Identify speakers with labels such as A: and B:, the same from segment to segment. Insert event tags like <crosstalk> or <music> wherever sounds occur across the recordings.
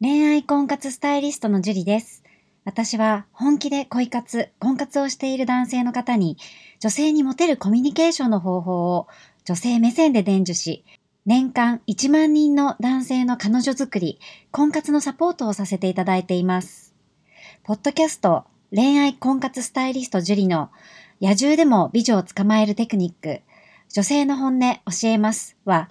A: 恋愛婚活スタイリストのジュリです。私は本気で恋活、婚活をしている男性の方に、女性にモテるコミュニケーションの方法を女性目線で伝授し、年間1万人の男性の彼女作り、婚活のサポートをさせていただいています。ポッドキャスト、恋愛婚活スタイリストジュリの野獣でも美女を捕まえるテクニック、女性の本音教えますは、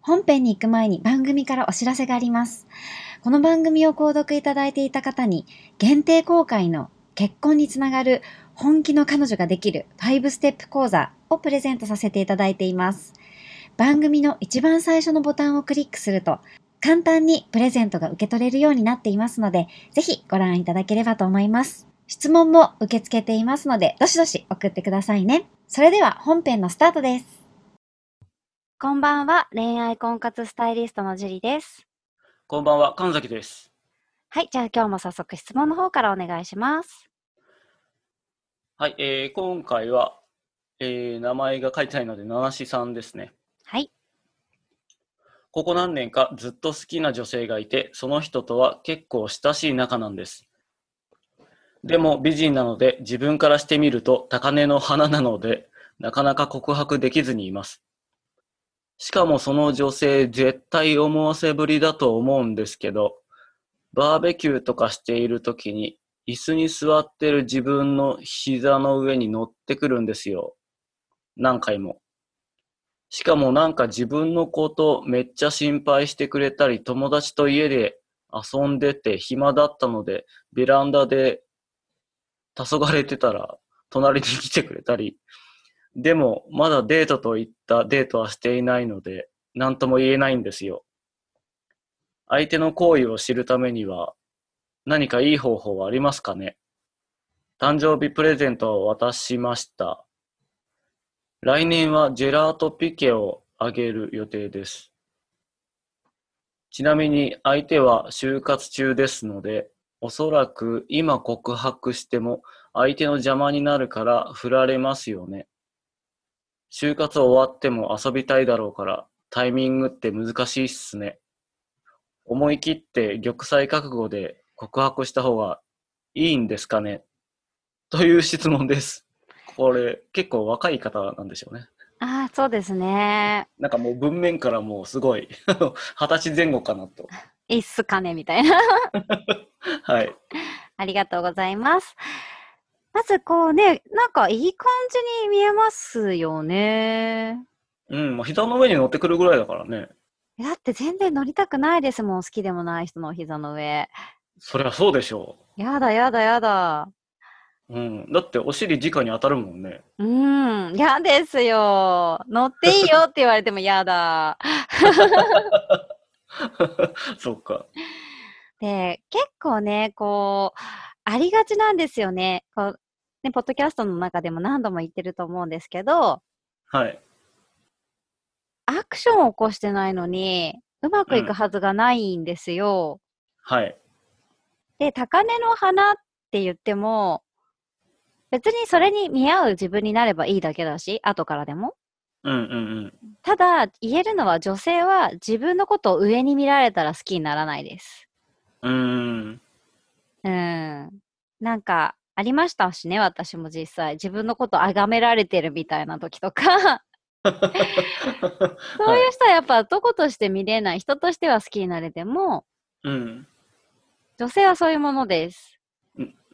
A: 本編に行く前に番組からお知らせがあります。この番組を購読いただいていた方に、限定公開の結婚につながる本気の彼女ができる5ステップ講座をプレゼントさせていただいています。番組の一番最初のボタンをクリックすると、簡単にプレゼントが受け取れるようになっていますので、ぜひご覧いただければと思います。質問も受け付けていますので、どしどし送ってくださいね。それでは本編のスタートです。こんばんは、恋愛婚活スタイリストのジュリです。
B: こんばんは、神崎です。
A: はい、じゃあ今日も早速質問の方からお願いします。
B: はい、えー今回は、えー名前が書いてないので、七七さんですね。
A: はい。
B: ここ何年かずっと好きな女性がいて、その人とは結構親しい仲なんです。でも美人なので、自分からしてみると高嶺の花なので、なかなか告白できずにいます。しかもその女性、絶対思わせぶりだと思うんですけど、バーベキューとかしているときに、椅子に座ってる自分の膝の上に乗ってくるんですよ。何回も。しかもなんか自分のことめっちゃ心配してくれたり、友達と家で遊んでて暇だったので、ベランダで黄昏てたら、隣に来てくれたり。でも、まだデートといったデートはしていないので、何とも言えないんですよ。相手の行為を知るためには、何かいい方法はありますかね誕生日プレゼントを渡しました。来年はジェラートピケをあげる予定です。ちなみに相手は就活中ですので、おそらく今告白しても相手の邪魔になるから振られますよね。就活終わっても遊びたいだろうからタイミングって難しいっすね。思い切って玉砕覚悟で告白した方がいいんですかねという質問です。これ結構若い方なんでしょうね。
A: ああ、そうですね。
B: なんかもう文面からもうすごい <laughs> 二十歳前後かなと。
A: いいっすかねみたいな。 <laughs>
B: はい。
A: ありがとうございます。まずこうね、なんかいい感じに見えますよね。
B: うん、もう膝の上に乗ってくるぐらいだからね。
A: だって全然乗りたくないですもん、好きでもない人のお膝の上。
B: そりゃそうでしょ
A: やだやだやだ。
B: う。うん。だってお尻直に当たるもんね。
A: うん、やですよ。乗っていいよって言われてもやだ。
B: そうか。
A: で、結構ね、こう、ありがちなんですよね。こう、ね、ポッドキャストの中でも何度も言ってると思うんですけど、
B: はい。
A: アクションを起こしてないのに、うまくいくはずがないんですよ。
B: はい。
A: で、高嶺の花って言っても、別にそれに見合う自分になればいいだけだし、後からでも。
B: うんうん
A: ただ、言えるのは女性は自分のことを上に見られたら好きにならないです。
B: うん。うー <laughs> ん。
A: うん。なんか、ありましたしね、私も実際。自分のことを崇められてるみたいな時と <laughs> か、そういう人はやっぱ男として見れない、人としては好きになれても、
B: うん。
A: 女性はそういうものです。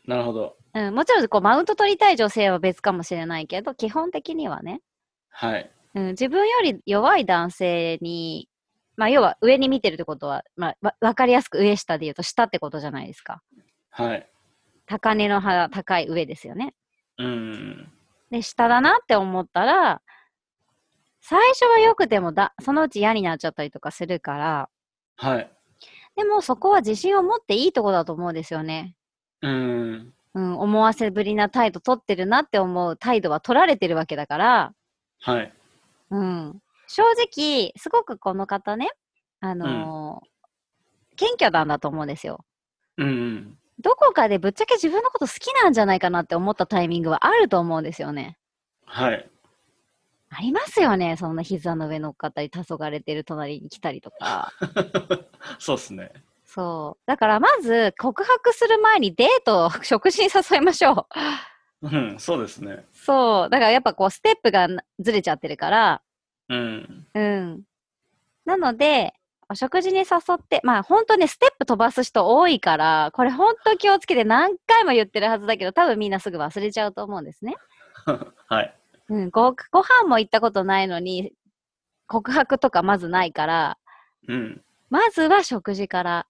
B: なるほど。
A: うん、もちろんこうマウント取りたい女性は別かもしれないけど、基本的にはね、
B: はい。
A: うん、自分より弱い男性に、まあ要は上に見てるってことは、まあわわかりやすく上下で言うと下ってことじゃないですか。
B: はい。
A: 高根の花高い上ですよね。
B: うん。
A: で、下だなって思ったら、最初は良くてもだ、そのうち嫌になっちゃったりとかするから、
B: はい。
A: でもそこは自信を持っていいとこだと思うんですよね。
B: うん。
A: うん、思わせぶりな態度取ってるなって思う態度は取られてるわけだから、
B: はい。
A: うん、正直、すごくこの方ね、あのー謙虚なんだと思うんですよ。
B: うんうん。
A: どこかでぶっちゃけ自分のこと好きなんじゃないかなって思ったタイミングはあると思うんですよね。
B: はい。 <laughs>
A: ありますよね、そんな膝の上乗っかったり、黄昏てる隣に来たりとか。
B: そうですね。
A: そう。だからまず、告白する前にデートを食事に誘いましょう。
B: うん、そうですね。
A: そう。だからやっぱこう、ステップがなずれちゃってるから、
B: うん。 <laughs>
A: うん。なので、お食事に誘って、まあ本当ね、ステップ飛ばす人多いから、これ本当気をつけて何回も言ってるはずだけど、多分みんなすぐ忘れちゃうと思うんですね。
B: はい。
A: うん、ごご飯も行ったことないのに、告白とかまずないから、
B: うん。
A: まずは食事から。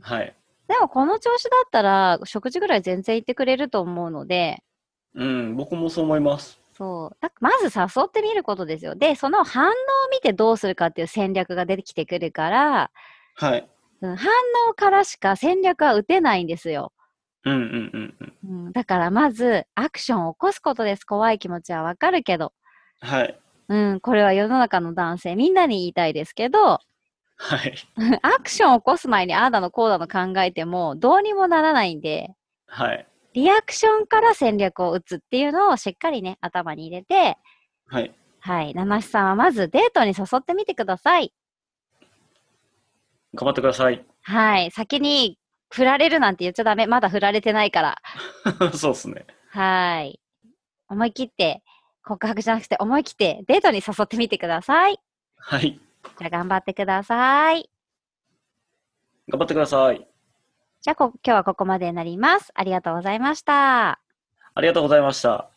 B: はい。
A: でもこの調子だったら、食事ぐらい全然行ってくれると思うので、
B: うん、僕もそう思います。
A: そう。だまず誘ってみることですよ。で、その反応を見てどうするかっていう戦略が出てきてくるから、
B: はい。
A: うん、反応からしか戦略は打てないんですよ。
B: うんうんうんうん。
A: うん、だからまず、アクションを起こすことです。怖い気持ちはわかるけど。
B: はい。
A: うん、これは世の中の男性みんなに言いたいですけど、
B: はい。
A: アクションを起こす前にああだのこうだの考えてもどうにもならないんで、
B: はい。
A: リアクションから戦略を打つっていうのをしっかりね、頭に入れて、
B: はい。
A: はい、生しさんはまずデートに誘ってみてください。
B: 頑張ってください。 <laughs>
A: はい、先に振られるなんて言っちゃダメ。まだ振られてないから。
B: そうですね。
A: はい。思い切って、告白じゃなくて思い切ってデートに誘ってみてください。
B: はい。
A: じゃあ頑張ってください。
B: 頑張ってください。
A: じゃあこ今日はここまでになります。ありがとうございました。
B: ありがとうございました。